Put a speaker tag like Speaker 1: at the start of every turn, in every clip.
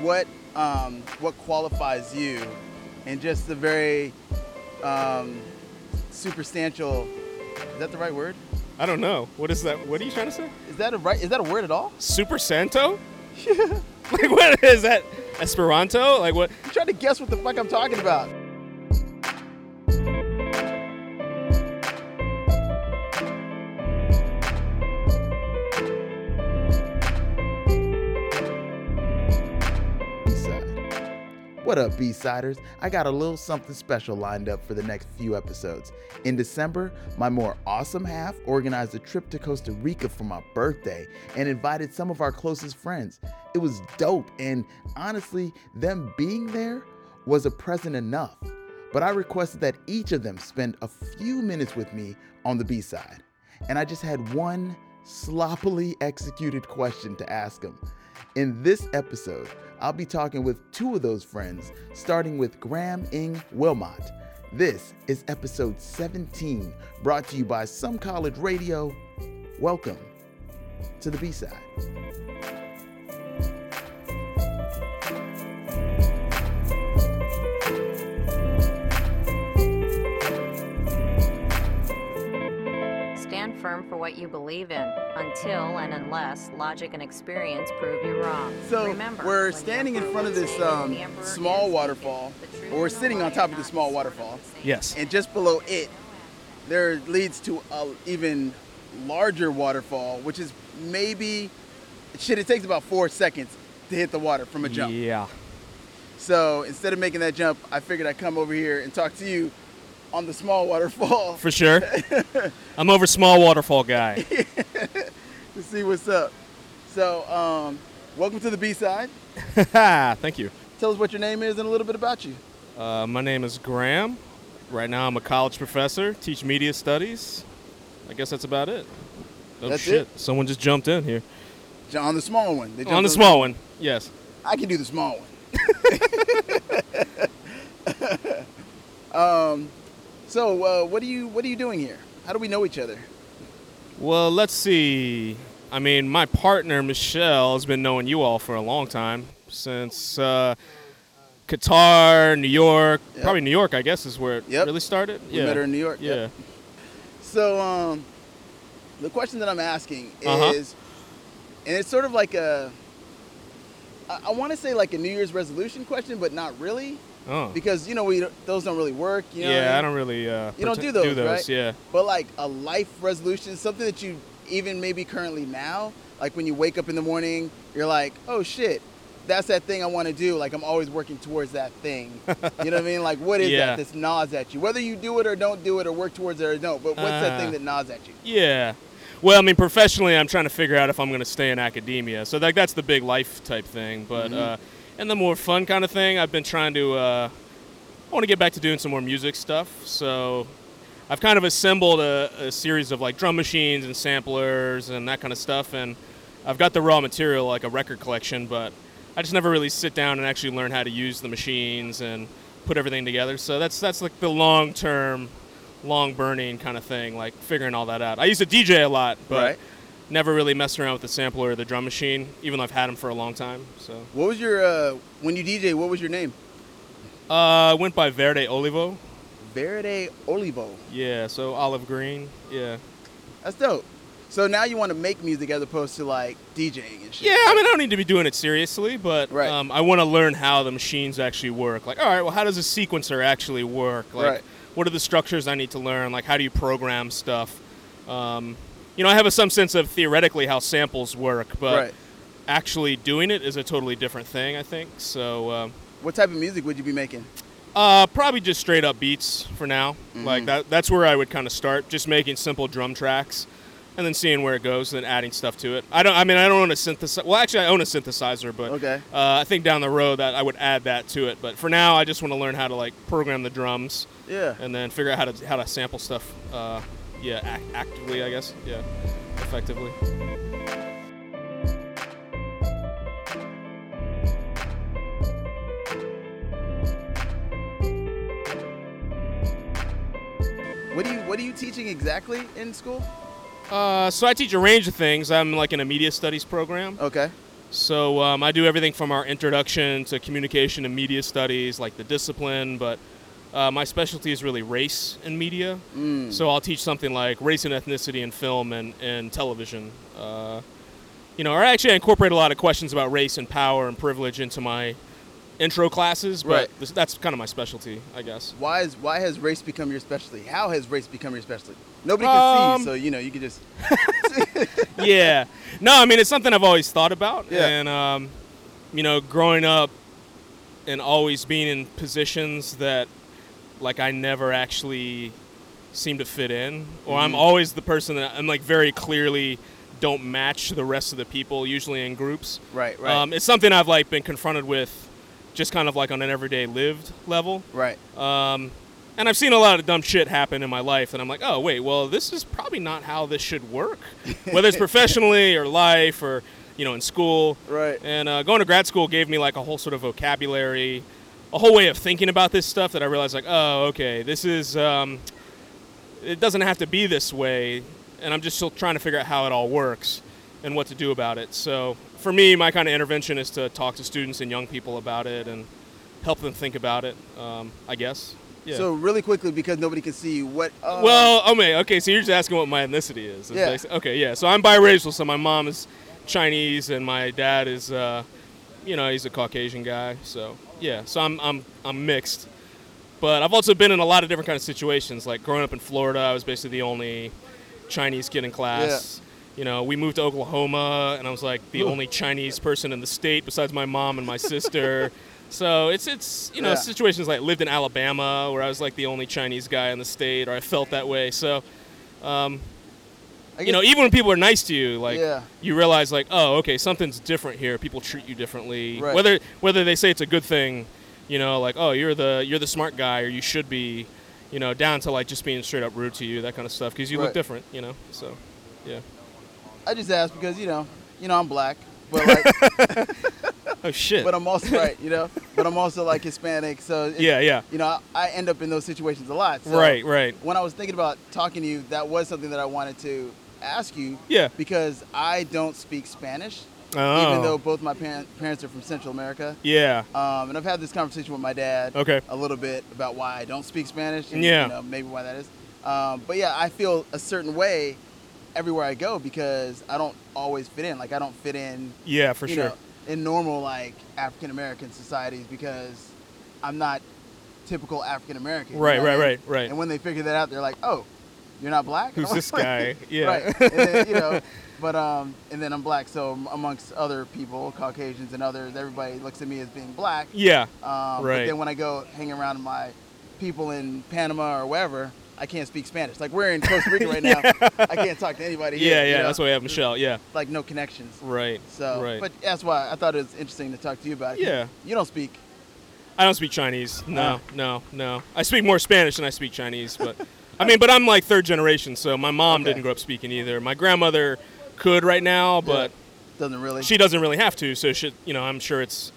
Speaker 1: what um, what qualifies you, and just the very um, superstantial. Is that the right word?
Speaker 2: I don't know. What is that? What are you trying to say?
Speaker 1: Is that a right? Is that a word at all?
Speaker 2: Super Santo? like what is that? Esperanto? Like what?
Speaker 1: I'm trying to guess what the fuck I'm talking about.
Speaker 3: B-side. What up, B-siders? I got a little something special lined up for the next few episodes. In December, my more awesome half organized a trip to Costa Rica for my birthday and invited some of our closest friends. It was dope, and honestly, them being there was a present enough. But I requested that each of them spend a few minutes with me on the B-side. And I just had one sloppily executed question to ask them. In this episode, I'll be talking with two of those friends, starting with Graham Ing Wilmot. This is episode 17, brought to you by Some College Radio. Welcome to the B side.
Speaker 4: Stand firm for what you believe in until and unless logic and experience prove you wrong.
Speaker 1: So
Speaker 4: Remember, when
Speaker 1: we're
Speaker 4: the
Speaker 1: standing in
Speaker 4: emperor
Speaker 1: front of
Speaker 4: was
Speaker 1: this
Speaker 4: taken,
Speaker 1: um,
Speaker 4: the emperor is
Speaker 1: small
Speaker 4: taken.
Speaker 1: waterfall,
Speaker 4: The truth
Speaker 1: or we're
Speaker 4: and the
Speaker 1: sitting on
Speaker 4: lie
Speaker 1: top of
Speaker 4: are
Speaker 1: the
Speaker 4: not
Speaker 1: small
Speaker 4: sort of the
Speaker 1: waterfall,
Speaker 4: same.
Speaker 2: Yes.
Speaker 1: and just below it, there leads to a even larger waterfall, which is maybe shit. It takes about four seconds to hit the water from a jump.
Speaker 2: Yeah.
Speaker 1: So instead of making that jump, I figured I'd come over here and talk to you on the small waterfall
Speaker 2: For sure. I'm over small waterfall guy.
Speaker 1: to see what's up. So um, welcome to the B side.
Speaker 2: Thank you.
Speaker 1: Tell us what your name is and a little bit about you.
Speaker 2: Uh, my name is Graham. Right now, I'm a college professor, teach media studies. I guess that's about it. Oh
Speaker 1: That's
Speaker 2: shit! Someone just jumped in here
Speaker 1: On the small one. They
Speaker 2: on
Speaker 1: jumped
Speaker 2: the small one. Yes.
Speaker 1: I can do the small one. um, Um, so uh, what are you what are you doing here? How do we know each other?
Speaker 2: Well, let's see. I mean, my partner Michelle has been knowing you all for a long time since uh, Qatar, New York.
Speaker 1: Yep.
Speaker 2: Probably New York, I guess, is where it
Speaker 1: Yep.
Speaker 2: really started.
Speaker 1: We met her in New York,
Speaker 2: Yeah.
Speaker 1: yep. So um, the question that I'm asking
Speaker 2: Uh-huh.
Speaker 1: is, and it's sort of like a I, I want to say like a New Year's resolution question, but not really
Speaker 2: Oh.
Speaker 1: because you know we don't- those don't really work. You know what
Speaker 2: yeah, I
Speaker 1: mean?
Speaker 2: don't really. Uh,
Speaker 1: You don't
Speaker 2: pretend-
Speaker 1: do those, right?
Speaker 2: Yeah.
Speaker 1: But like a life resolution, something that you even maybe currently now, like when you wake up in the morning, you're like, oh shit, that's that thing I want to do. Like I'm always working towards that thing. you know what I mean? Like what is
Speaker 2: Yeah.
Speaker 1: that that's gnaws at you? Whether you do it or don't do it or work towards it or don't, but what's that
Speaker 2: Ah.
Speaker 1: thing that gnaws at you?
Speaker 2: Yeah. Well, I mean, professionally, I'm trying to figure out if I'm going to stay in academia. So like, that's the big life type thing. But
Speaker 1: Mm-hmm.
Speaker 2: uh, and the more fun kind of thing, I've been trying to. Uh, I want to get back to doing some more music stuff. So I've kind of assembled a, a series of like drum machines and samplers and that kind of stuff. And I've got the raw material, like a record collection, but I just never really sit down and actually learn how to use the machines and put everything together. So that's that's like the long term, long burning kind of thing, like figuring all that out. I used to DJ a lot, but
Speaker 1: Right.
Speaker 2: never really messed around with the sampler or the drum machine, even though I've had them for a long time. So
Speaker 1: What was your uh, when you DJ? What was your name?
Speaker 2: uh, I went by Verde Olivo.
Speaker 1: Verde Olivo.
Speaker 2: Yeah, so olive green. Yeah.
Speaker 1: That's dope. So now you want to make music as opposed to like DJing and shit.
Speaker 2: Yeah, I mean, I don't need to be doing it seriously, but
Speaker 1: Right.
Speaker 2: um, I want to learn how the machines actually work. Like, all right, well, how does a sequencer actually work? Like,
Speaker 1: Right.
Speaker 2: what are the structures I need to learn? Like, how do you program stuff? Um, you know, I have a, some sense of theoretically how samples work, but
Speaker 1: Right.
Speaker 2: actually doing it is a totally different thing, I think. So, um,
Speaker 1: What type of music would you be making?
Speaker 2: uh, probably just straight up beats for now. Like, that, that's where I would kind of start, just making simple drum tracks. And then seeing where it goes, then adding stuff to it. I don't. I mean, I don't own a synthesizer. Well, actually, I own a synthesizer, but
Speaker 1: Okay.
Speaker 2: uh, I think down the road that I would add that to it, but for now I just want to learn how to like program the drums
Speaker 1: Yeah.
Speaker 2: and then figure out how to how to sample stuff. Uh, yeah, ac actively I guess. Yeah, effectively.
Speaker 1: What do you What are you teaching exactly in school?
Speaker 2: Uh, so I teach a range of things. I'm like in a media studies program.
Speaker 1: Okay.
Speaker 2: So um, I do everything from our introduction to communication and media studies, like the discipline, but uh, my specialty is really race and media. So I'll teach something like race and ethnicity in film and, and television. Uh, you know, or actually I incorporate a lot of questions about race and power and privilege into my intro classes, but
Speaker 1: Right.
Speaker 2: this, that's kind of my specialty, I guess.
Speaker 1: Why is why has race become your specialty? How has race become your specialty? Nobody can see
Speaker 2: Um,
Speaker 1: you, so you know you can just
Speaker 2: yeah. No, I mean it's something I've always thought about,
Speaker 1: Yeah.
Speaker 2: and um, you know, growing up and always being in positions that like I never actually seem to fit in, or I'm
Speaker 1: Mm-hmm.
Speaker 2: always the person that I'm like very clearly don't match the rest of the people, usually in groups.
Speaker 1: right, right,
Speaker 2: Um, it's something I've like been confronted with, just kind of like on an everyday lived level.
Speaker 1: right.
Speaker 2: Um, and I've seen a lot of dumb shit happen in my life, and I'm like, oh wait, well this is probably not how this should work, whether it's professionally or life or you know in school.
Speaker 1: Right.
Speaker 2: And uh, going to grad school gave me like a whole sort of vocabulary, a whole way of thinking about this stuff that I realized like, oh okay, this is um, it doesn't have to be this way, and I'm just still trying to figure out how it all works and what to do about it. So for me, my kind of intervention is to talk to students and young people about it and help them think about it. Um, I guess. Yeah.
Speaker 1: So really quickly, because nobody can see you, what? Uh,
Speaker 2: well, I mean, okay. So you're just asking what my ethnicity is. It's
Speaker 1: Yeah.
Speaker 2: basi- Okay. Yeah. So I'm biracial. So my mom is Chinese and my dad is, uh, you know, he's a Caucasian guy. So yeah. So I'm I'm I'm mixed. But I've also been in a lot of different kind of situations. Like growing up in Florida, I was basically the only Chinese kid in class. You know, we moved to Oklahoma, and I was like the only Chinese person in the state besides my mom and my sister. So it's it's you know
Speaker 1: Yeah.
Speaker 2: situations like lived in Alabama where I was like the only Chinese guy in the state, or I felt that way. So
Speaker 1: I
Speaker 2: you know,
Speaker 1: guess-
Speaker 2: even when people are nice to you, like
Speaker 1: Yeah.
Speaker 2: you realize like oh okay something's different here. People treat you differently.
Speaker 1: Right.
Speaker 2: Whether whether they say it's a good thing, you know, like oh you're the you're the smart guy or you should be, you know, down to like just being straight up rude to you that kind of stuff because you
Speaker 1: Right.
Speaker 2: look different, you know. So yeah. e
Speaker 1: I just asked because you know, you know I'm black, but like,
Speaker 2: Oh shit.
Speaker 1: but I'm also right, you know, but I'm also like Hispanic, so it's-
Speaker 2: yeah yeah.
Speaker 1: you know, I, I end up in those situations a lot. So
Speaker 2: right right.
Speaker 1: When I was thinking about talking to you, that was something that I wanted to ask you
Speaker 2: Yeah.
Speaker 1: because I don't speak Spanish,
Speaker 2: Oh.
Speaker 1: even though both my par- parents are from Central America.
Speaker 2: yeah.
Speaker 1: Um, and I've had this conversation with my dad
Speaker 2: Okay.
Speaker 1: a little bit about why I don't speak Spanish. And,
Speaker 2: Yeah.
Speaker 1: You know, maybe why that is. Um, but yeah, I feel a certain way everywhere I go because I don't always fit in. Like I don't fit in,
Speaker 2: Yeah for
Speaker 1: you
Speaker 2: sure.
Speaker 1: know, in normal like African American societies because I'm not typical African American. you
Speaker 2: Right,
Speaker 1: know what
Speaker 2: right,
Speaker 1: I mean?
Speaker 2: right, right.
Speaker 1: And when they figure that out, they're like, oh, you're not black.
Speaker 2: Who's
Speaker 1: I'm
Speaker 2: this
Speaker 1: like-
Speaker 2: guy? Yeah.
Speaker 1: Right. And then, you know, but um, and then I'm black, so amongst other people, Caucasians and others, everybody looks at me as being black.
Speaker 2: Yeah.
Speaker 1: Um, But
Speaker 2: Right.
Speaker 1: then when I go hang around my people in Panama or wherever, I can't speak Spanish. Like we're in Costa Rica right now, I can't talk to anybody. here,
Speaker 2: Yeah,
Speaker 1: you
Speaker 2: yeah,
Speaker 1: know?
Speaker 2: that's why we have Michelle. Yeah,
Speaker 1: Like no connections.
Speaker 2: right.
Speaker 1: So,
Speaker 2: right.
Speaker 1: but that's why I thought it was interesting to talk to you about. it.
Speaker 2: Yeah.
Speaker 1: You don't speak.
Speaker 2: I don't speak Chinese. No,
Speaker 1: Uh.
Speaker 2: no, no. I speak more Spanish than I speak Chinese, but I mean, but I'm like third generation, so my mom
Speaker 1: Okay.
Speaker 2: didn't grow up speaking either. My grandmother could right now, but
Speaker 1: Doesn't really.
Speaker 2: she doesn't really have to. So she, you know, I'm sure it's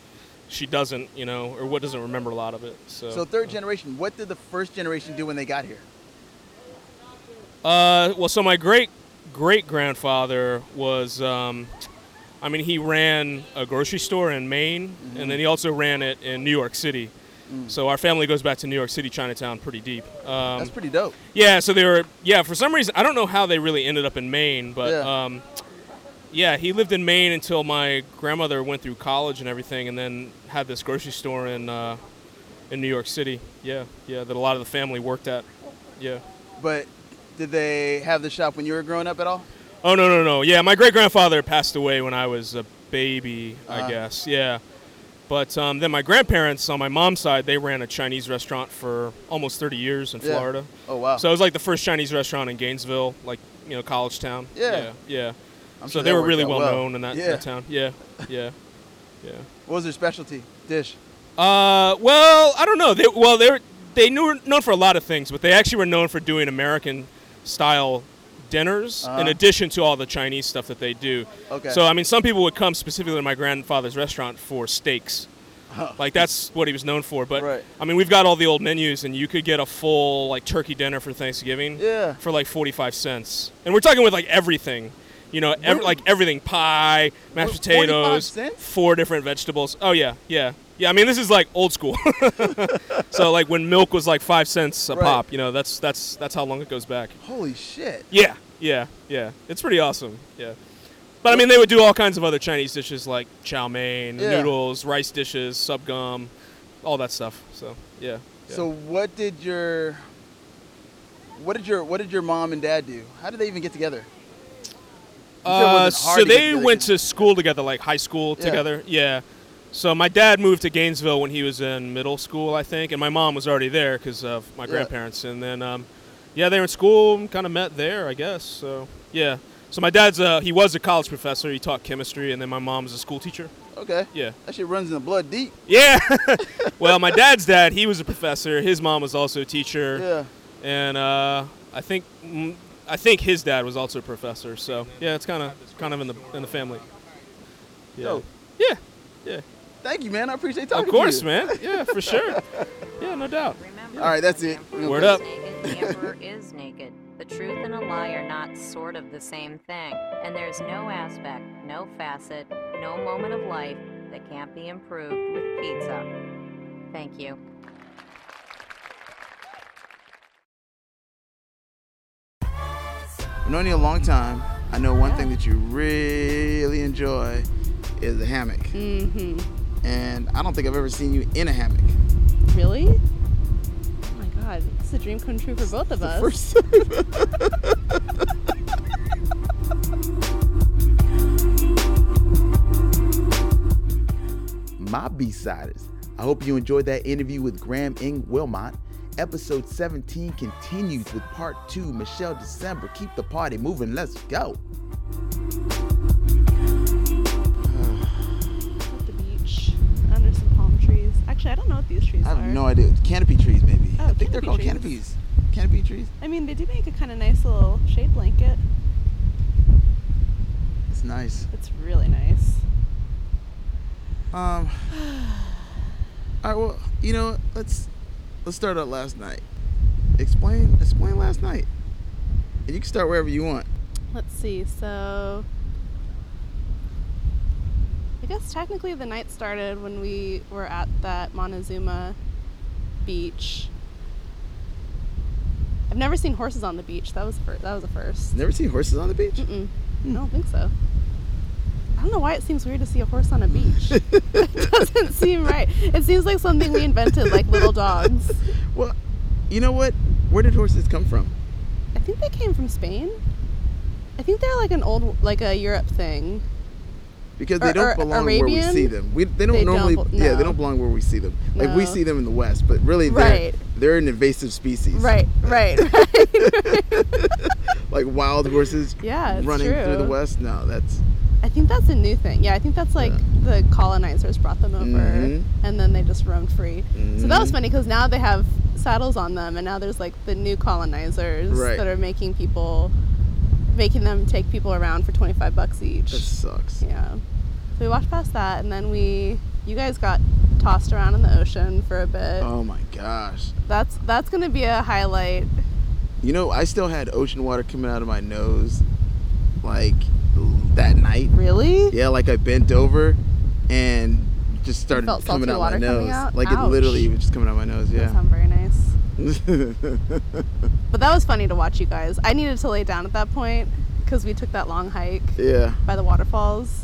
Speaker 2: she doesn't, you know, or what doesn't remember a lot of it. So,
Speaker 1: so third generation. What did the first generation do when they got here?
Speaker 2: Uh, well, so my great great grandfather was, um, I mean, he ran a grocery store in Maine, and then he also ran it in New York City. So our family goes back to New York City, Chinatown, pretty deep. Um,
Speaker 1: That's pretty dope.
Speaker 2: yeah, so they were. Yeah, for some reason, I don't know how they really ended up in Maine, but
Speaker 1: Yeah.
Speaker 2: yeah. um, yeah, he lived in Maine until my grandmother went through college and everything, and then had this grocery store in uh, in New York City. Yeah, yeah, that a lot of the family worked at. Yeah.
Speaker 1: But did they have the shop when you were growing up at all?
Speaker 2: Oh no no no! Yeah, my great grandfather passed away when I was a baby,
Speaker 1: Ah.
Speaker 2: I guess. Yeah, but um, then my grandparents on my mom's side they ran a Chinese restaurant for almost 30 years in
Speaker 1: Yeah.
Speaker 2: Florida.
Speaker 1: Oh wow.
Speaker 2: So it was like the first Chinese restaurant in Gainesville, like you know, college town.
Speaker 1: Yeah.
Speaker 2: yeah. yeah.
Speaker 1: I'm
Speaker 2: so
Speaker 1: sure
Speaker 2: they
Speaker 1: that
Speaker 2: were
Speaker 1: worked
Speaker 2: really
Speaker 1: out
Speaker 2: well,
Speaker 1: well.
Speaker 2: known in that,
Speaker 1: Yeah.
Speaker 2: that town. Yeah, yeah, yeah.
Speaker 1: what was their specialty dish?
Speaker 2: Uh, well, I don't know. They, well, they were, they knew known for a lot of things, but they actually were known for doing American style dinners in
Speaker 1: Uh-huh.
Speaker 2: addition to all the Chinese stuff that they do.
Speaker 1: Okay.
Speaker 2: So I mean, some people would come specifically to my grandfather's restaurant for steaks. Like that's what he was known for. But
Speaker 1: Right.
Speaker 2: I mean, we've got all the old menus, and you could get a full like turkey dinner for Thanksgiving
Speaker 1: Yeah.
Speaker 2: for like forty five cents, and we're talking with like everything. You know, ev-
Speaker 1: Really?
Speaker 2: like everything pie, mashed
Speaker 1: For 45
Speaker 2: potatoes,
Speaker 1: cents?
Speaker 2: four different vegetables. Oh yeah, yeah, yeah. I mean, this is like old school. so like when milk was like five cents a
Speaker 1: Right.
Speaker 2: pop, you know, that's that's that's how long it goes back.
Speaker 1: Holy shit.
Speaker 2: Yeah, yeah, yeah. It's pretty awesome. Yeah. But I mean, they would do all kinds of other Chinese dishes like chow mein,
Speaker 1: Yeah.
Speaker 2: noodles, rice dishes, sub gum, all that stuff. So yeah. yeah.
Speaker 1: So what did your what did your what did your mom and dad do? How did they even get together? You said it
Speaker 2: Uh,
Speaker 1: wasn't hard
Speaker 2: so
Speaker 1: to get
Speaker 2: they
Speaker 1: together,
Speaker 2: went
Speaker 1: 'cause-
Speaker 2: to school together, like high school
Speaker 1: Yeah.
Speaker 2: together. Yeah. So my dad moved to Gainesville when he was in middle school, I think, and my mom was already there because of my
Speaker 1: Yeah.
Speaker 2: grandparents. And then, um, yeah, they were in school and kind of met there, I guess. So yeah. So my dad's uh, he was a college professor. He taught chemistry, and then my mom was a school teacher.
Speaker 1: Okay.
Speaker 2: Yeah.
Speaker 1: That shit runs in the blood deep.
Speaker 2: Yeah. well, my dad's dad, he was a professor. His mom was also a teacher
Speaker 1: Yeah.
Speaker 2: and uh, I think mm, I think his dad was also a professor. So yeah, it's kind of kind of in the in the family. Yeah,
Speaker 1: Dope.
Speaker 2: yeah, yeah.
Speaker 1: Thank you, man. I appreciate talking
Speaker 2: Of
Speaker 1: to you.
Speaker 2: course, man. Yeah, for sure. Yeah, no doubt.
Speaker 4: Remember,
Speaker 1: All right, that's it.
Speaker 4: the emperor
Speaker 2: Word
Speaker 4: is
Speaker 2: up.
Speaker 4: naked, The emperor is naked. The truth and a lie are not sort of the same thing, and there's no aspect, no facet, no moment of life that can't be improved with pizza. Thank you.
Speaker 1: I've known you a long time. I know one thing that you really enjoy is a hammock. Mm-hmm. And I don't think I've ever seen you in a hammock.
Speaker 5: Really? Oh my god, it's a dream come true for both of us.
Speaker 1: First
Speaker 3: my B-siders. I hope you enjoyed that interview with Graham Ing Wilmot. Episode 17 continues with part two. Michelle December, keep the party moving. Let's go.
Speaker 5: At the beach, under some palm trees. Actually, I don't know what these trees
Speaker 1: I
Speaker 5: are.
Speaker 1: have no idea. Canopy trees, maybe.
Speaker 5: Oh,
Speaker 1: I think they're
Speaker 5: canopy
Speaker 1: called
Speaker 5: trees.
Speaker 1: canopies. Canopy trees.
Speaker 5: I mean, they do make a kind of nice little shade blanket.
Speaker 1: It's nice.
Speaker 5: It's really nice.
Speaker 1: Um. All right. Well, you know, let's let's start out last night. Explain explain last night, and you can start wherever you want.
Speaker 5: Let's see. So, I guess technically the night started when we were at that Montezuma beach. I've never seen horses on the beach. That was fir- that was a first.
Speaker 1: Never seen horses on the beach.
Speaker 5: Mm-mm. I don't think so. I don't know why it seems weird to see a horse on a beach. it doesn't seem right. It seems like something we invented, like little dogs.
Speaker 1: Well, you know what? Where did horses come from?
Speaker 5: I think they came from Spain. I think they're like an old, like a Europe thing.
Speaker 1: Because they
Speaker 5: Or-
Speaker 1: don't
Speaker 5: or
Speaker 1: belong where we
Speaker 5: Arabian?
Speaker 1: see them. We, they don't
Speaker 5: They don't
Speaker 1: normally.
Speaker 5: bel-
Speaker 1: Yeah, they
Speaker 5: no.
Speaker 1: don't belong where we see them. Like we
Speaker 5: No.
Speaker 1: see them in the West, but really, they're
Speaker 5: Right.
Speaker 1: they're an invasive species.
Speaker 5: Right, right, right.
Speaker 1: Like wild horses.
Speaker 5: Yeah, it's
Speaker 1: running through the
Speaker 5: true.
Speaker 1: West. No, that's
Speaker 5: I think that's a new thing. Yeah, I think that's like the colonizers brought them over
Speaker 1: Mhm.
Speaker 5: and then they just roamed free. So that was
Speaker 1: Mhm.
Speaker 5: funny because now they have saddles on them and now there's like the new colonizers
Speaker 1: Right.
Speaker 5: that are making people, making them take people around for 25 bucks each.
Speaker 1: that sucks.
Speaker 5: Yeah. So we walked past that and then we, you guys got tossed around in the ocean for a bit.
Speaker 1: Oh my gosh.
Speaker 5: That's that's gonna be a highlight.
Speaker 1: You know, I still had ocean water coming out of my nose, like that night.
Speaker 5: Really?
Speaker 1: Yeah, like I bent over, and just started
Speaker 5: felt
Speaker 1: coming
Speaker 5: salty
Speaker 1: out my
Speaker 5: water coming
Speaker 1: nose.
Speaker 5: out?
Speaker 1: Like it
Speaker 5: Ouch.
Speaker 1: literally was just coming out my nose.
Speaker 5: Doesn't
Speaker 1: Yeah.
Speaker 5: sound very nice.
Speaker 1: yeah.
Speaker 5: But that was funny to watch you guys. I needed to lay down at that point because we took that long hike by the waterfalls.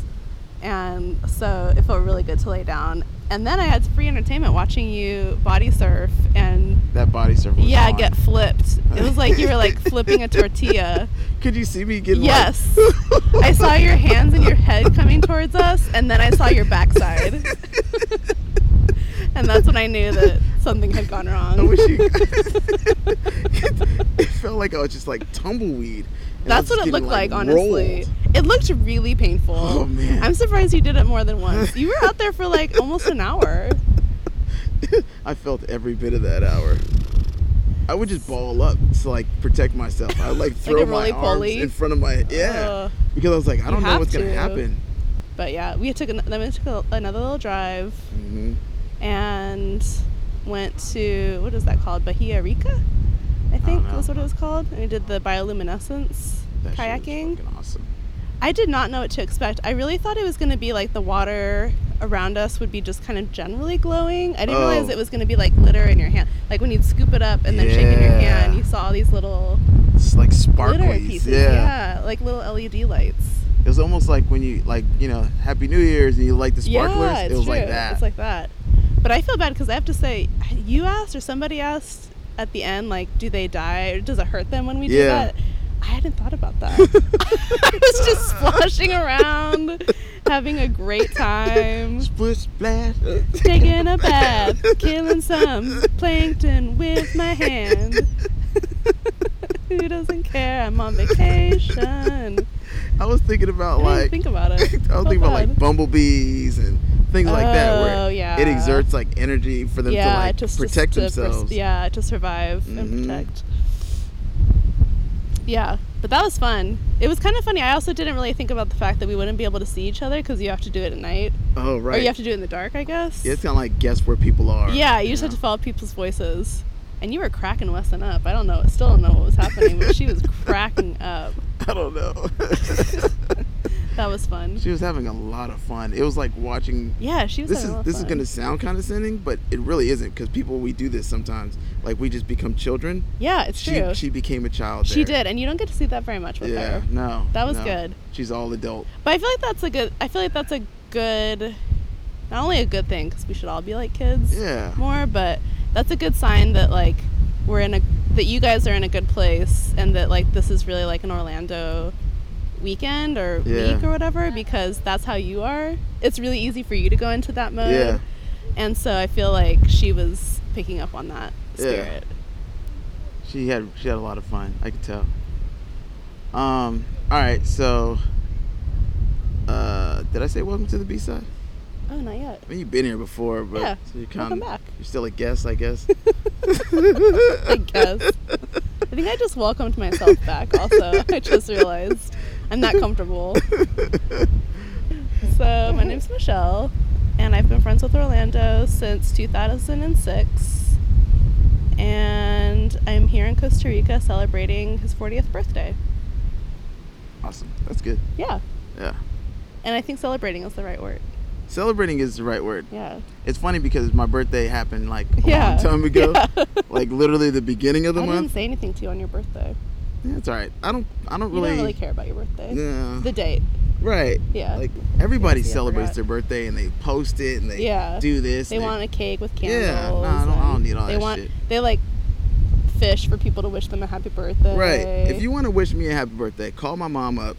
Speaker 5: And so it felt really good to lay down. And then I had free entertainment watching you body surf and
Speaker 1: That body surf. Was
Speaker 5: yeah,
Speaker 1: on.
Speaker 5: get flipped. It was like you were like flipping a tortilla.
Speaker 1: Could you see me getting? like-
Speaker 5: Yes. I saw your hands and your head coming towards us and then I saw your backside. and that's when I knew that something had gone wrong.
Speaker 1: I wish you. it, felt like I was just like tumbleweed. and I was
Speaker 5: That's what
Speaker 1: just
Speaker 5: it looked
Speaker 1: getting,
Speaker 5: like, honestly.
Speaker 1: rolled.
Speaker 5: It looked really painful.
Speaker 1: Oh, man.
Speaker 5: I'm surprised you did it more than once. You were out there for like almost an hour.
Speaker 1: I felt every bit of that hour. I would just ball up to like protect myself. I would like throw my arms
Speaker 5: roly-poly?
Speaker 1: in front of my yeah
Speaker 5: Ugh.
Speaker 1: because I was like I don't know
Speaker 5: have
Speaker 1: what's gonna
Speaker 5: to.
Speaker 1: happen.
Speaker 5: Uh, But yeah, we took an- then we took a, another little drive
Speaker 1: hmm
Speaker 5: and went to what is that called? Bahia Rica, I think
Speaker 1: know.
Speaker 5: was what it was called. And we did the bioluminescence
Speaker 1: That shit was
Speaker 5: kayaking.
Speaker 1: fucking awesome.
Speaker 5: I did not know what to expect. I really thought it was going to be like the water around us would be just kind of generally glowing. I didn't
Speaker 1: Oh.
Speaker 5: realize it was going to be like glitter in your hand. Like when you'd scoop it up and then shake it in your
Speaker 1: Yeah.
Speaker 5: hand, you saw all these little
Speaker 1: It's like
Speaker 5: glitter
Speaker 1: sparklies.
Speaker 5: pieces.
Speaker 1: Yeah.
Speaker 5: yeah, like little LED lights.
Speaker 1: It was almost like when you like you know Happy New Year's and you light the sparklers.
Speaker 5: Yeah, it's
Speaker 1: it was
Speaker 5: true.
Speaker 1: like that.
Speaker 5: It's like that. But I feel bad because I have to say, you asked or somebody asked at the end, like, do they die or does it hurt them when we do
Speaker 1: Yeah.
Speaker 5: that? I hadn't thought about that. I was just splashing around, having a great time,
Speaker 1: Splish splash.
Speaker 5: taking a bath, killing some plankton with my hand. Who doesn't care? I'm on vacation.
Speaker 1: I was thinking about
Speaker 5: I didn't
Speaker 1: like
Speaker 5: think about it.
Speaker 1: I was thinking
Speaker 5: Felt
Speaker 1: about
Speaker 5: bad.
Speaker 1: like bumblebees and things like that where
Speaker 5: Oh, yeah.
Speaker 1: it exerts like energy for them to like
Speaker 5: just- just
Speaker 1: protect
Speaker 5: to pers-
Speaker 1: themselves.
Speaker 5: yeah, to survive
Speaker 1: Mhm.
Speaker 5: and protect. Yeah, but that was fun. It was kind of funny. I also didn't really think about the fact that we wouldn't be able to see each other because you have to do it at night,
Speaker 1: Oh
Speaker 5: or
Speaker 1: right.
Speaker 5: you have to do it in the dark, I guess.
Speaker 1: yeah, it's kind of like guess where people are.
Speaker 5: yeah, you just have to follow people's voices. And you were cracking Wesson up. I don't know. Still don't know what was happening, but she was cracking up.
Speaker 1: I don't know.
Speaker 5: That was fun.
Speaker 1: she was having a lot of fun. It was like watching
Speaker 5: Yeah, she was.
Speaker 1: this
Speaker 5: having a
Speaker 1: is
Speaker 5: lot of
Speaker 1: this is
Speaker 5: fun.
Speaker 1: going to sound condescending, but it really isn't because people we do this sometimes. Like we just become children.
Speaker 5: Yeah, it's
Speaker 1: she
Speaker 5: true. She,
Speaker 1: she became a child. there.
Speaker 5: did, and you don't get to see that very much with
Speaker 1: Yeah.
Speaker 5: her.
Speaker 1: No.
Speaker 5: That was
Speaker 1: no.
Speaker 5: good.
Speaker 1: She's all adult.
Speaker 5: But I feel like that's a good. I feel like that's a good, not only a good thing because we should all be like kids
Speaker 1: Yeah.
Speaker 5: more, but that's a good sign that like we're in a that you guys are in a good place and that like this is really like an Orlando weekend or
Speaker 1: Yeah.
Speaker 5: week or whatever because that's how you are. It's really easy for you to go into that mode.
Speaker 1: Yeah.
Speaker 5: And so I feel like she was picking up on that
Speaker 1: Yeah.
Speaker 5: spirit.
Speaker 1: She had she had a lot of fun. I could tell. Um. All right. So. Uh, did I say welcome to the B side?
Speaker 5: Oh, not yet.
Speaker 1: I mean, you've been here before, but
Speaker 5: Yeah,
Speaker 1: so you're kind
Speaker 5: welcome
Speaker 1: of
Speaker 5: back.
Speaker 1: you're still a guest, I guess.
Speaker 5: I guess. I think I just welcomed myself back also. I just realized I'm not comfortable. So, my name's Michelle, and I've been friends with Orlando since 2006. And I'm here in Costa Rica celebrating his 40th birthday.
Speaker 1: awesome. That's good.
Speaker 5: Yeah.
Speaker 1: Yeah.
Speaker 5: And I think celebrating is the right word.
Speaker 1: Celebrating is the right word.
Speaker 5: Yeah.
Speaker 1: It's funny because my birthday happened like a
Speaker 5: Yeah.
Speaker 1: long time ago,
Speaker 5: Yeah.
Speaker 1: like literally the beginning of the
Speaker 5: I didn't
Speaker 1: month.
Speaker 5: say anything to you on your birthday.
Speaker 1: Yeah, it's all right. I don't. I don't
Speaker 5: You
Speaker 1: really.
Speaker 5: don't really care about your birthday.
Speaker 1: Yeah.
Speaker 5: The date.
Speaker 1: right.
Speaker 5: Yeah.
Speaker 1: Like everybody
Speaker 5: Yeah, see, I
Speaker 1: celebrates
Speaker 5: forgot.
Speaker 1: their birthday and they post it and they
Speaker 5: Yeah.
Speaker 1: do this.
Speaker 5: They
Speaker 1: and
Speaker 5: want a cake with candles.
Speaker 1: Yeah, nah, I don't- I
Speaker 5: and
Speaker 1: don't need all
Speaker 5: they
Speaker 1: that
Speaker 5: want,
Speaker 1: shit.
Speaker 5: They like fish for people to wish them a happy birthday.
Speaker 1: Right. If you want to wish me a happy birthday, call my mom up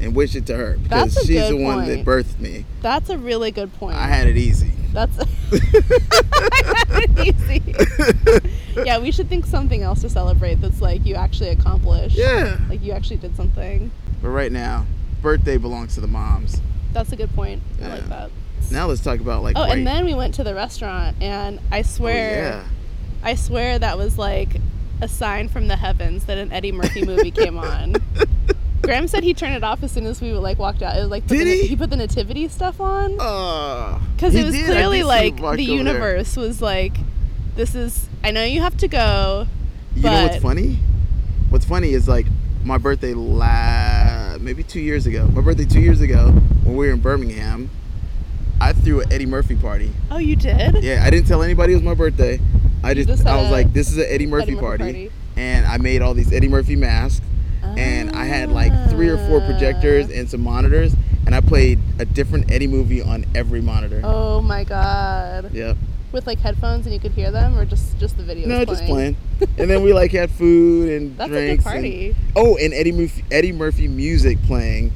Speaker 1: and wish it to her because
Speaker 5: That's a
Speaker 1: she's the
Speaker 5: good
Speaker 1: one that
Speaker 5: point.
Speaker 1: birthed me.
Speaker 5: That's a really good point.
Speaker 1: I had it easy.
Speaker 5: That's easy. yeah, we should think something else to celebrate that's like you actually accomplished.
Speaker 1: Yeah.
Speaker 5: Like you actually did something.
Speaker 1: But right now, birthday belongs to the moms.
Speaker 5: That's a good point. I
Speaker 1: Yeah.
Speaker 5: like that.
Speaker 1: Now let's talk about like
Speaker 5: Oh,
Speaker 1: white.
Speaker 5: and then we went to the restaurant, and I
Speaker 1: Oh,
Speaker 5: swear,
Speaker 1: yeah.
Speaker 5: I swear that was like a sign from the heavens that an Eddie Murphy movie came on. Graham said he turned it off as soon as we like walked out. It was like put
Speaker 1: Did
Speaker 5: the,
Speaker 1: he?
Speaker 5: put the nativity stuff on
Speaker 1: Oh.
Speaker 5: because
Speaker 1: he
Speaker 5: it was
Speaker 1: did. I
Speaker 5: clearly
Speaker 1: did see
Speaker 5: like
Speaker 1: him walk
Speaker 5: the
Speaker 1: over there.
Speaker 5: universe was like, this is. I know you have to go.
Speaker 1: You know what's
Speaker 5: but-
Speaker 1: funny? What's funny is like my birthday la maybe two years ago. My birthday two years ago when we were in Birmingham, I threw an Eddie Murphy party.
Speaker 5: Oh, you did.
Speaker 1: Yeah, I didn't tell anybody it was my birthday. I
Speaker 5: You
Speaker 1: just,
Speaker 5: just had
Speaker 1: I was
Speaker 5: a
Speaker 1: like, this is an Eddie Murphy,
Speaker 5: Eddie Murphy
Speaker 1: party.
Speaker 5: party.
Speaker 1: and I made all these Eddie Murphy masks, and I had like three or four projectors
Speaker 5: Ah.
Speaker 1: and some monitors, and I played a different Eddie movie on every monitor.
Speaker 5: Oh my god.
Speaker 1: Yep.
Speaker 5: With like headphones and you could hear them, or just just the video.
Speaker 1: No,
Speaker 5: was
Speaker 1: just playing. and then we like had food and
Speaker 5: That's a good
Speaker 1: drinks. and-
Speaker 5: party.
Speaker 1: oh, and Eddie Murphy, Eddie Murphy music playing.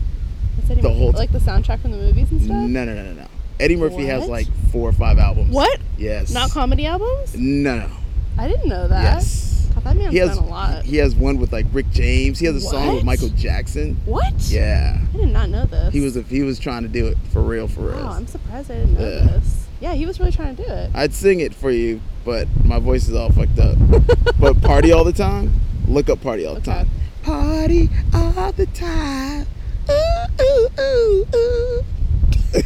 Speaker 5: What's Eddie
Speaker 1: The
Speaker 5: Murphy-
Speaker 1: whole t-
Speaker 5: like the soundtrack from the movies and
Speaker 1: No,
Speaker 5: stuff.
Speaker 1: no, no, no, no. Eddie Murphy has
Speaker 5: What?
Speaker 1: like four or five albums.
Speaker 5: What?
Speaker 1: Yes.
Speaker 5: Not comedy albums?
Speaker 1: No, no.
Speaker 5: I didn't know that.
Speaker 1: Yes.
Speaker 5: God, that man's
Speaker 1: He has
Speaker 5: done a lot.
Speaker 1: he has one with like Rick James. He has a song with
Speaker 5: What?
Speaker 1: Michael Jackson.
Speaker 5: what?
Speaker 1: Yeah.
Speaker 5: I did not know this.
Speaker 1: He was he was trying to do it for real, for real.
Speaker 5: Wow, I'm surprised I didn't know
Speaker 1: Yeah.
Speaker 5: this. Yeah, he was really trying to do it.
Speaker 1: I'd sing it for you, but my voice is all fucked up. but party all the time. Look up party all the
Speaker 5: Okay.
Speaker 1: time. Party all the time. Ooh ooh ooh ooh. I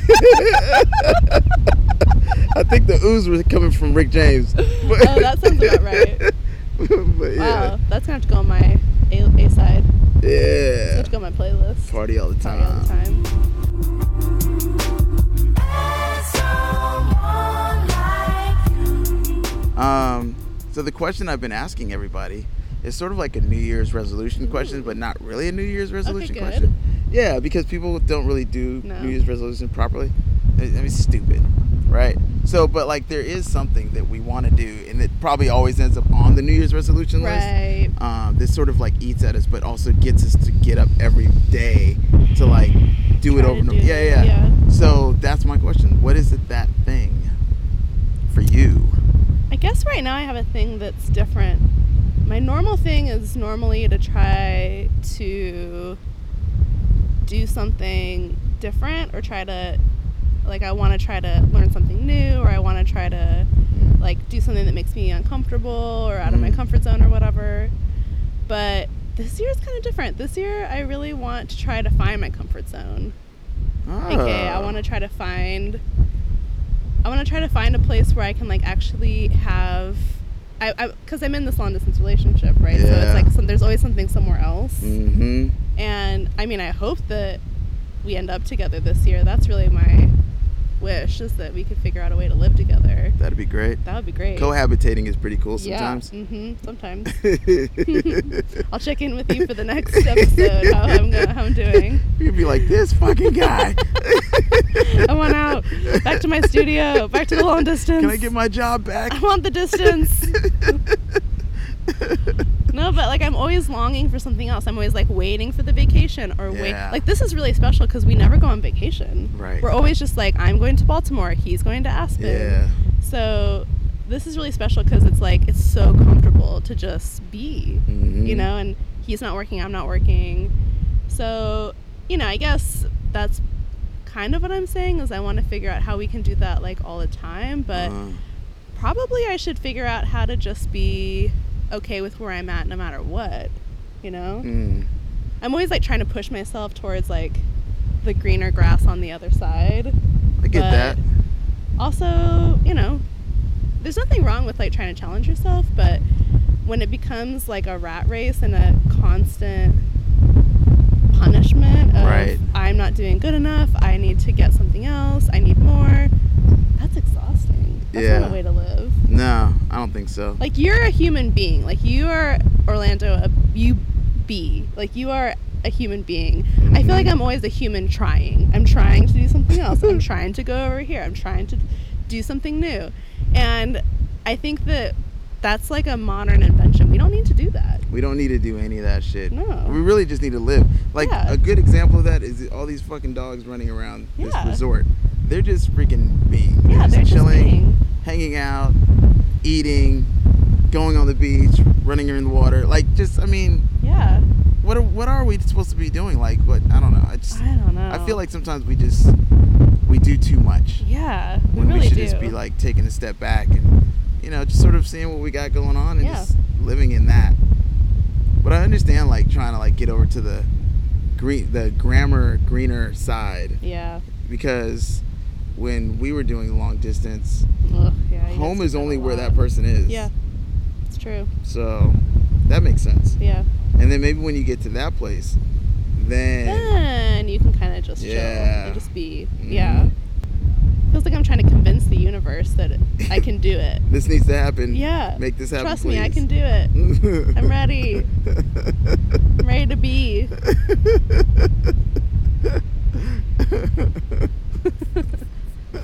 Speaker 1: think the oohs were coming from Rick James. But,
Speaker 5: Oh, that sounds about right.
Speaker 1: but yeah.
Speaker 5: Wow, that's gonna have to go on my A, A side
Speaker 1: Yeah.
Speaker 5: Switch go my playlist.
Speaker 1: Party all the
Speaker 5: Party
Speaker 1: time.
Speaker 5: all the time.
Speaker 1: Um, so the question I've been asking everybody is sort of like a New Year's resolution question, but not really a New Year's resolution
Speaker 5: good.
Speaker 1: question. Yeah, because people don't really do
Speaker 5: No.
Speaker 1: New Year's resolution properly. I I mean, it's stupid, right? So, but like there is something that we want to do, and it probably always ends up on the New Year's resolution list.
Speaker 5: Right.
Speaker 1: Um, this sort of like eats at us, but also gets us to get up every day to like do it
Speaker 5: Try to
Speaker 1: over. and
Speaker 5: do
Speaker 1: over.
Speaker 5: it,
Speaker 1: Yeah, yeah,
Speaker 5: yeah.
Speaker 1: So that's my question. What is it that thing for you?
Speaker 5: I guess right now I have a thing that's different. My normal thing is normally to try to do something different or try to like I want to try to learn something new or I want to try to like do something that makes me uncomfortable or out of my
Speaker 1: Mm.
Speaker 5: comfort zone or whatever. But this year is kind of different. This year I really want to try to find my comfort zone. Okay, I
Speaker 1: Ah.
Speaker 5: want to try to find. I want to try to find a place where I can like actually have, I because I'm in this long distance relationship, right? So
Speaker 1: Yeah.
Speaker 5: it's like some, there's always something somewhere else,
Speaker 1: Mm-hmm.
Speaker 5: and I mean I hope that we end up together this year. That's really my wish is that we could figure out a way to live together.
Speaker 1: That'd be great.
Speaker 5: That would be great.
Speaker 1: Cohabitating is pretty cool sometimes.
Speaker 5: Yeah. hmm Sometimes. I'll check in with you for the next episode how I'm gonna, how I'm doing.
Speaker 1: You'd be like this fucking guy.
Speaker 5: I want out. Back to my studio. Back to the long distance.
Speaker 1: Can I get my job back?
Speaker 5: I want the distance. no, but like I'm always longing for something else. I'm always like waiting for the vacation or wait.
Speaker 1: Yeah.
Speaker 5: Like this is really special because we never go on vacation.
Speaker 1: Right.
Speaker 5: We're always just like I'm going to Baltimore. He's going to Aspen.
Speaker 1: Yeah.
Speaker 5: So this is really special because it's like it's so comfortable to just be, you
Speaker 1: Mhm.
Speaker 5: know. And he's not working. I'm not working. So you know, I guess that's kind of what I'm saying is I want to figure out how we can do that like all the time, but
Speaker 1: Uh,
Speaker 5: probably I should figure out how to just be okay with where I'm at no matter what. You know?
Speaker 1: mm.
Speaker 5: I'm always like trying to push myself towards like the greener grass on the other side.
Speaker 1: I get
Speaker 5: But-
Speaker 1: that.
Speaker 5: Also, you know, there's nothing wrong with like trying to challenge yourself, but when it becomes like a rat race and a constant punishment of
Speaker 1: Right.
Speaker 5: I'm not doing good enough, I need to get something else, I need more, that's exhausting. That's not
Speaker 1: Yeah.
Speaker 5: a way to live.
Speaker 1: No, I don't think so.
Speaker 5: like you're a human being like you are orlando a you be like you are a human being i feel like i'm always a human trying i'm trying to do something else i'm trying to go over here i'm trying to do something new and i think that that's like a modern invention we don't need to do that
Speaker 1: We don't need to do any of that shit.
Speaker 5: No.
Speaker 1: We really just need to live. Like
Speaker 5: Yeah.
Speaker 1: a good example of that is all these fucking dogs running around this
Speaker 5: Yeah.
Speaker 1: resort. They're just freaking being.
Speaker 5: yeah they're just
Speaker 1: chilling,
Speaker 5: being
Speaker 1: hanging out, eating, going on the beach, running in the water. Like just I mean,
Speaker 5: yeah
Speaker 1: what are, what are we supposed to be doing? Like, what I don't know. I just
Speaker 5: i don't know
Speaker 1: I feel like sometimes we just we do too much
Speaker 5: yeah we
Speaker 1: when
Speaker 5: really
Speaker 1: we should
Speaker 5: do
Speaker 1: just be like taking a step back and you know just sort of seeing what we got going on and
Speaker 5: Yeah.
Speaker 1: just living in that. But I understand like trying to like get over to the green the grammar greener side
Speaker 5: yeah
Speaker 1: because when we were doing long distance,
Speaker 5: Ugh, yeah you
Speaker 1: home
Speaker 5: guys
Speaker 1: is
Speaker 5: do
Speaker 1: only
Speaker 5: a
Speaker 1: where that
Speaker 5: lot.
Speaker 1: person is.
Speaker 5: yeah it's true
Speaker 1: So that makes sense.
Speaker 5: yeah
Speaker 1: And then maybe when you get to that place, then
Speaker 5: then you can kind of just chill
Speaker 1: Yeah.
Speaker 5: and just be.
Speaker 1: Mhm.
Speaker 5: Yeah. Feels like I'm trying to convince the universe that it, I can do it.
Speaker 1: this needs to happen.
Speaker 5: Yeah.
Speaker 1: Make this happen.
Speaker 5: Trust
Speaker 1: please.
Speaker 5: me, I can do it. I'm ready. I'm ready to be.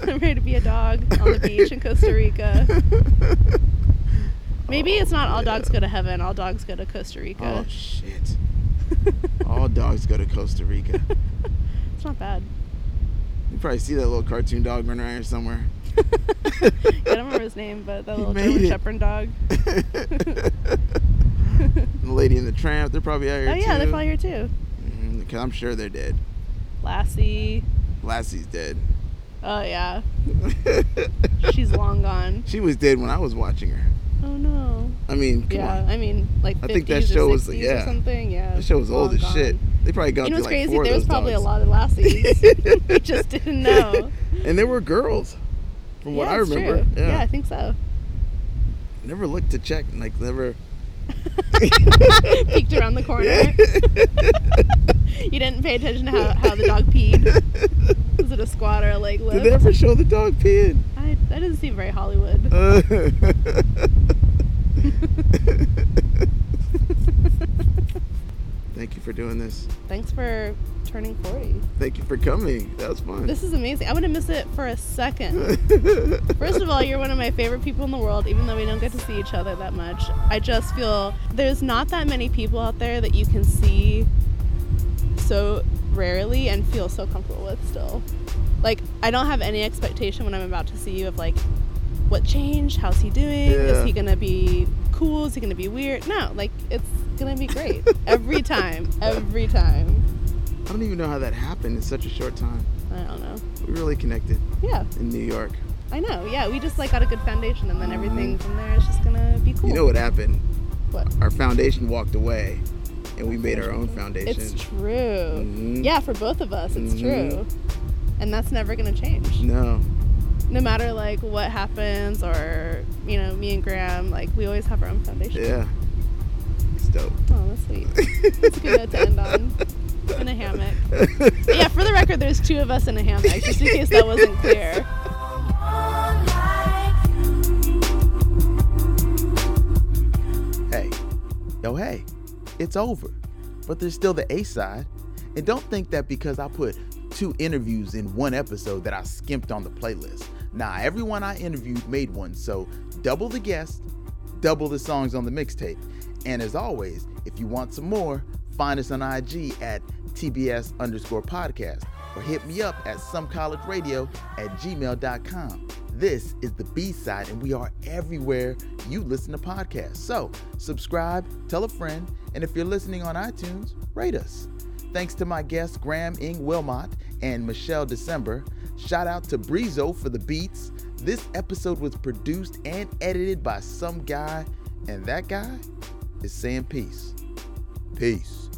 Speaker 5: I'm ready to be a dog on the beach in Costa Rica. Maybe it's not all dogs go to heaven, all dogs go to Costa
Speaker 1: Oh
Speaker 5: Rica.
Speaker 1: shit! All dogs go to Costa Rica.
Speaker 5: It's not bad.
Speaker 1: You probably see that little cartoon dog running around here somewhere.
Speaker 5: I don't remember his name, but that
Speaker 1: He
Speaker 5: little
Speaker 1: made
Speaker 5: German
Speaker 1: it.
Speaker 5: Shepherd dog.
Speaker 1: the lady and the tramp, they're probably out here
Speaker 5: Oh, yeah,
Speaker 1: too.
Speaker 5: they're probably here too.
Speaker 1: Mhm, 'cause I'm sure they're dead.
Speaker 5: Lassie.
Speaker 1: Lassie's dead.
Speaker 5: Oh, yeah. She's long gone.
Speaker 1: she was dead when I was watching her.
Speaker 5: Oh, no.
Speaker 1: I mean, come
Speaker 5: yeah,
Speaker 1: on.
Speaker 5: I mean, like 50s
Speaker 1: I think that
Speaker 5: or
Speaker 1: show
Speaker 5: 60s
Speaker 1: was- yeah.
Speaker 5: or something. Yeah,
Speaker 1: The show was old
Speaker 5: long
Speaker 1: as
Speaker 5: gone.
Speaker 1: shit. They probably gone
Speaker 5: You know
Speaker 1: through like
Speaker 5: what's crazy?
Speaker 1: four of
Speaker 5: There was
Speaker 1: those
Speaker 5: probably
Speaker 1: dogs.
Speaker 5: a lot of lassies. we just didn't know.
Speaker 1: And there were girls, from what
Speaker 5: yeah,
Speaker 1: I
Speaker 5: it's
Speaker 1: remember.
Speaker 5: True.
Speaker 1: Yeah.
Speaker 5: I think so.
Speaker 1: Never looked to check, like never
Speaker 5: peeked around the corner. you didn't pay attention to how, how the dog peed. Was it a squat or a leg lift?
Speaker 1: Did they ever show the dog peeing?
Speaker 5: I, that doesn't seem very Hollywood.
Speaker 1: Thank you for doing this.
Speaker 5: Thanks for turning 40.
Speaker 1: Thank you for coming. That was fun.
Speaker 5: This is amazing. I wouldn't miss it for a second. First of all, you're one of my favorite people in the world, even though we don't get to see each other that much. I just feel there's not that many people out there that you can see so rarely and feel so comfortable with still. Like, I don't have any expectation when I'm about to see you of like, what changed? How's he doing?
Speaker 1: Yeah.
Speaker 5: Is he gonna be cool? Is he gonna be weird? No, like, it's gonna be great. every time. Every time.
Speaker 1: I don't even know how that happened in such a short time.
Speaker 5: I don't know.
Speaker 1: We really connected
Speaker 5: Yeah.
Speaker 1: in New York.
Speaker 5: I know. Yeah, we just like got a good foundation, and then everything from there is just gonna be cool.
Speaker 1: Mm-hmm. You know what happened?
Speaker 5: What?
Speaker 1: Our foundation walked away, and we made our own foundation.
Speaker 5: It's true.
Speaker 1: Mhm.
Speaker 5: Yeah, for both of us, it's
Speaker 1: Mhm.
Speaker 5: true, and that's never gonna change.
Speaker 1: No.
Speaker 5: No matter like what happens, or you know, me and Graham, like we always have our own foundation.
Speaker 1: Yeah. It's dope.
Speaker 5: Oh, that's sweet. It's a good note to end on. In a hammock. But yeah, for the record, there's two of us in a hammock, just in case that wasn't clear.
Speaker 3: Hey, yo, hey, it's over. But there's still the A side. And don't think that because I put two interviews in one episode that I skimped on the playlist. Nah, everyone I interviewed made one, so double the guests, double the songs on the mixtape. And as always, if you want some more, find us on IG at TBS underscore podcast or hit me up at somecollegeradio at gmail.com. This is the B side, and we are everywhere you listen to podcasts. So subscribe, tell a friend, and if you're listening on iTunes, rate us. Thanks to my guests Graham Ing Wilmot and Michelle December. Shout out to Brizo for the beats. This episode was produced and edited by some guy, and that guy is saying peace. Peace.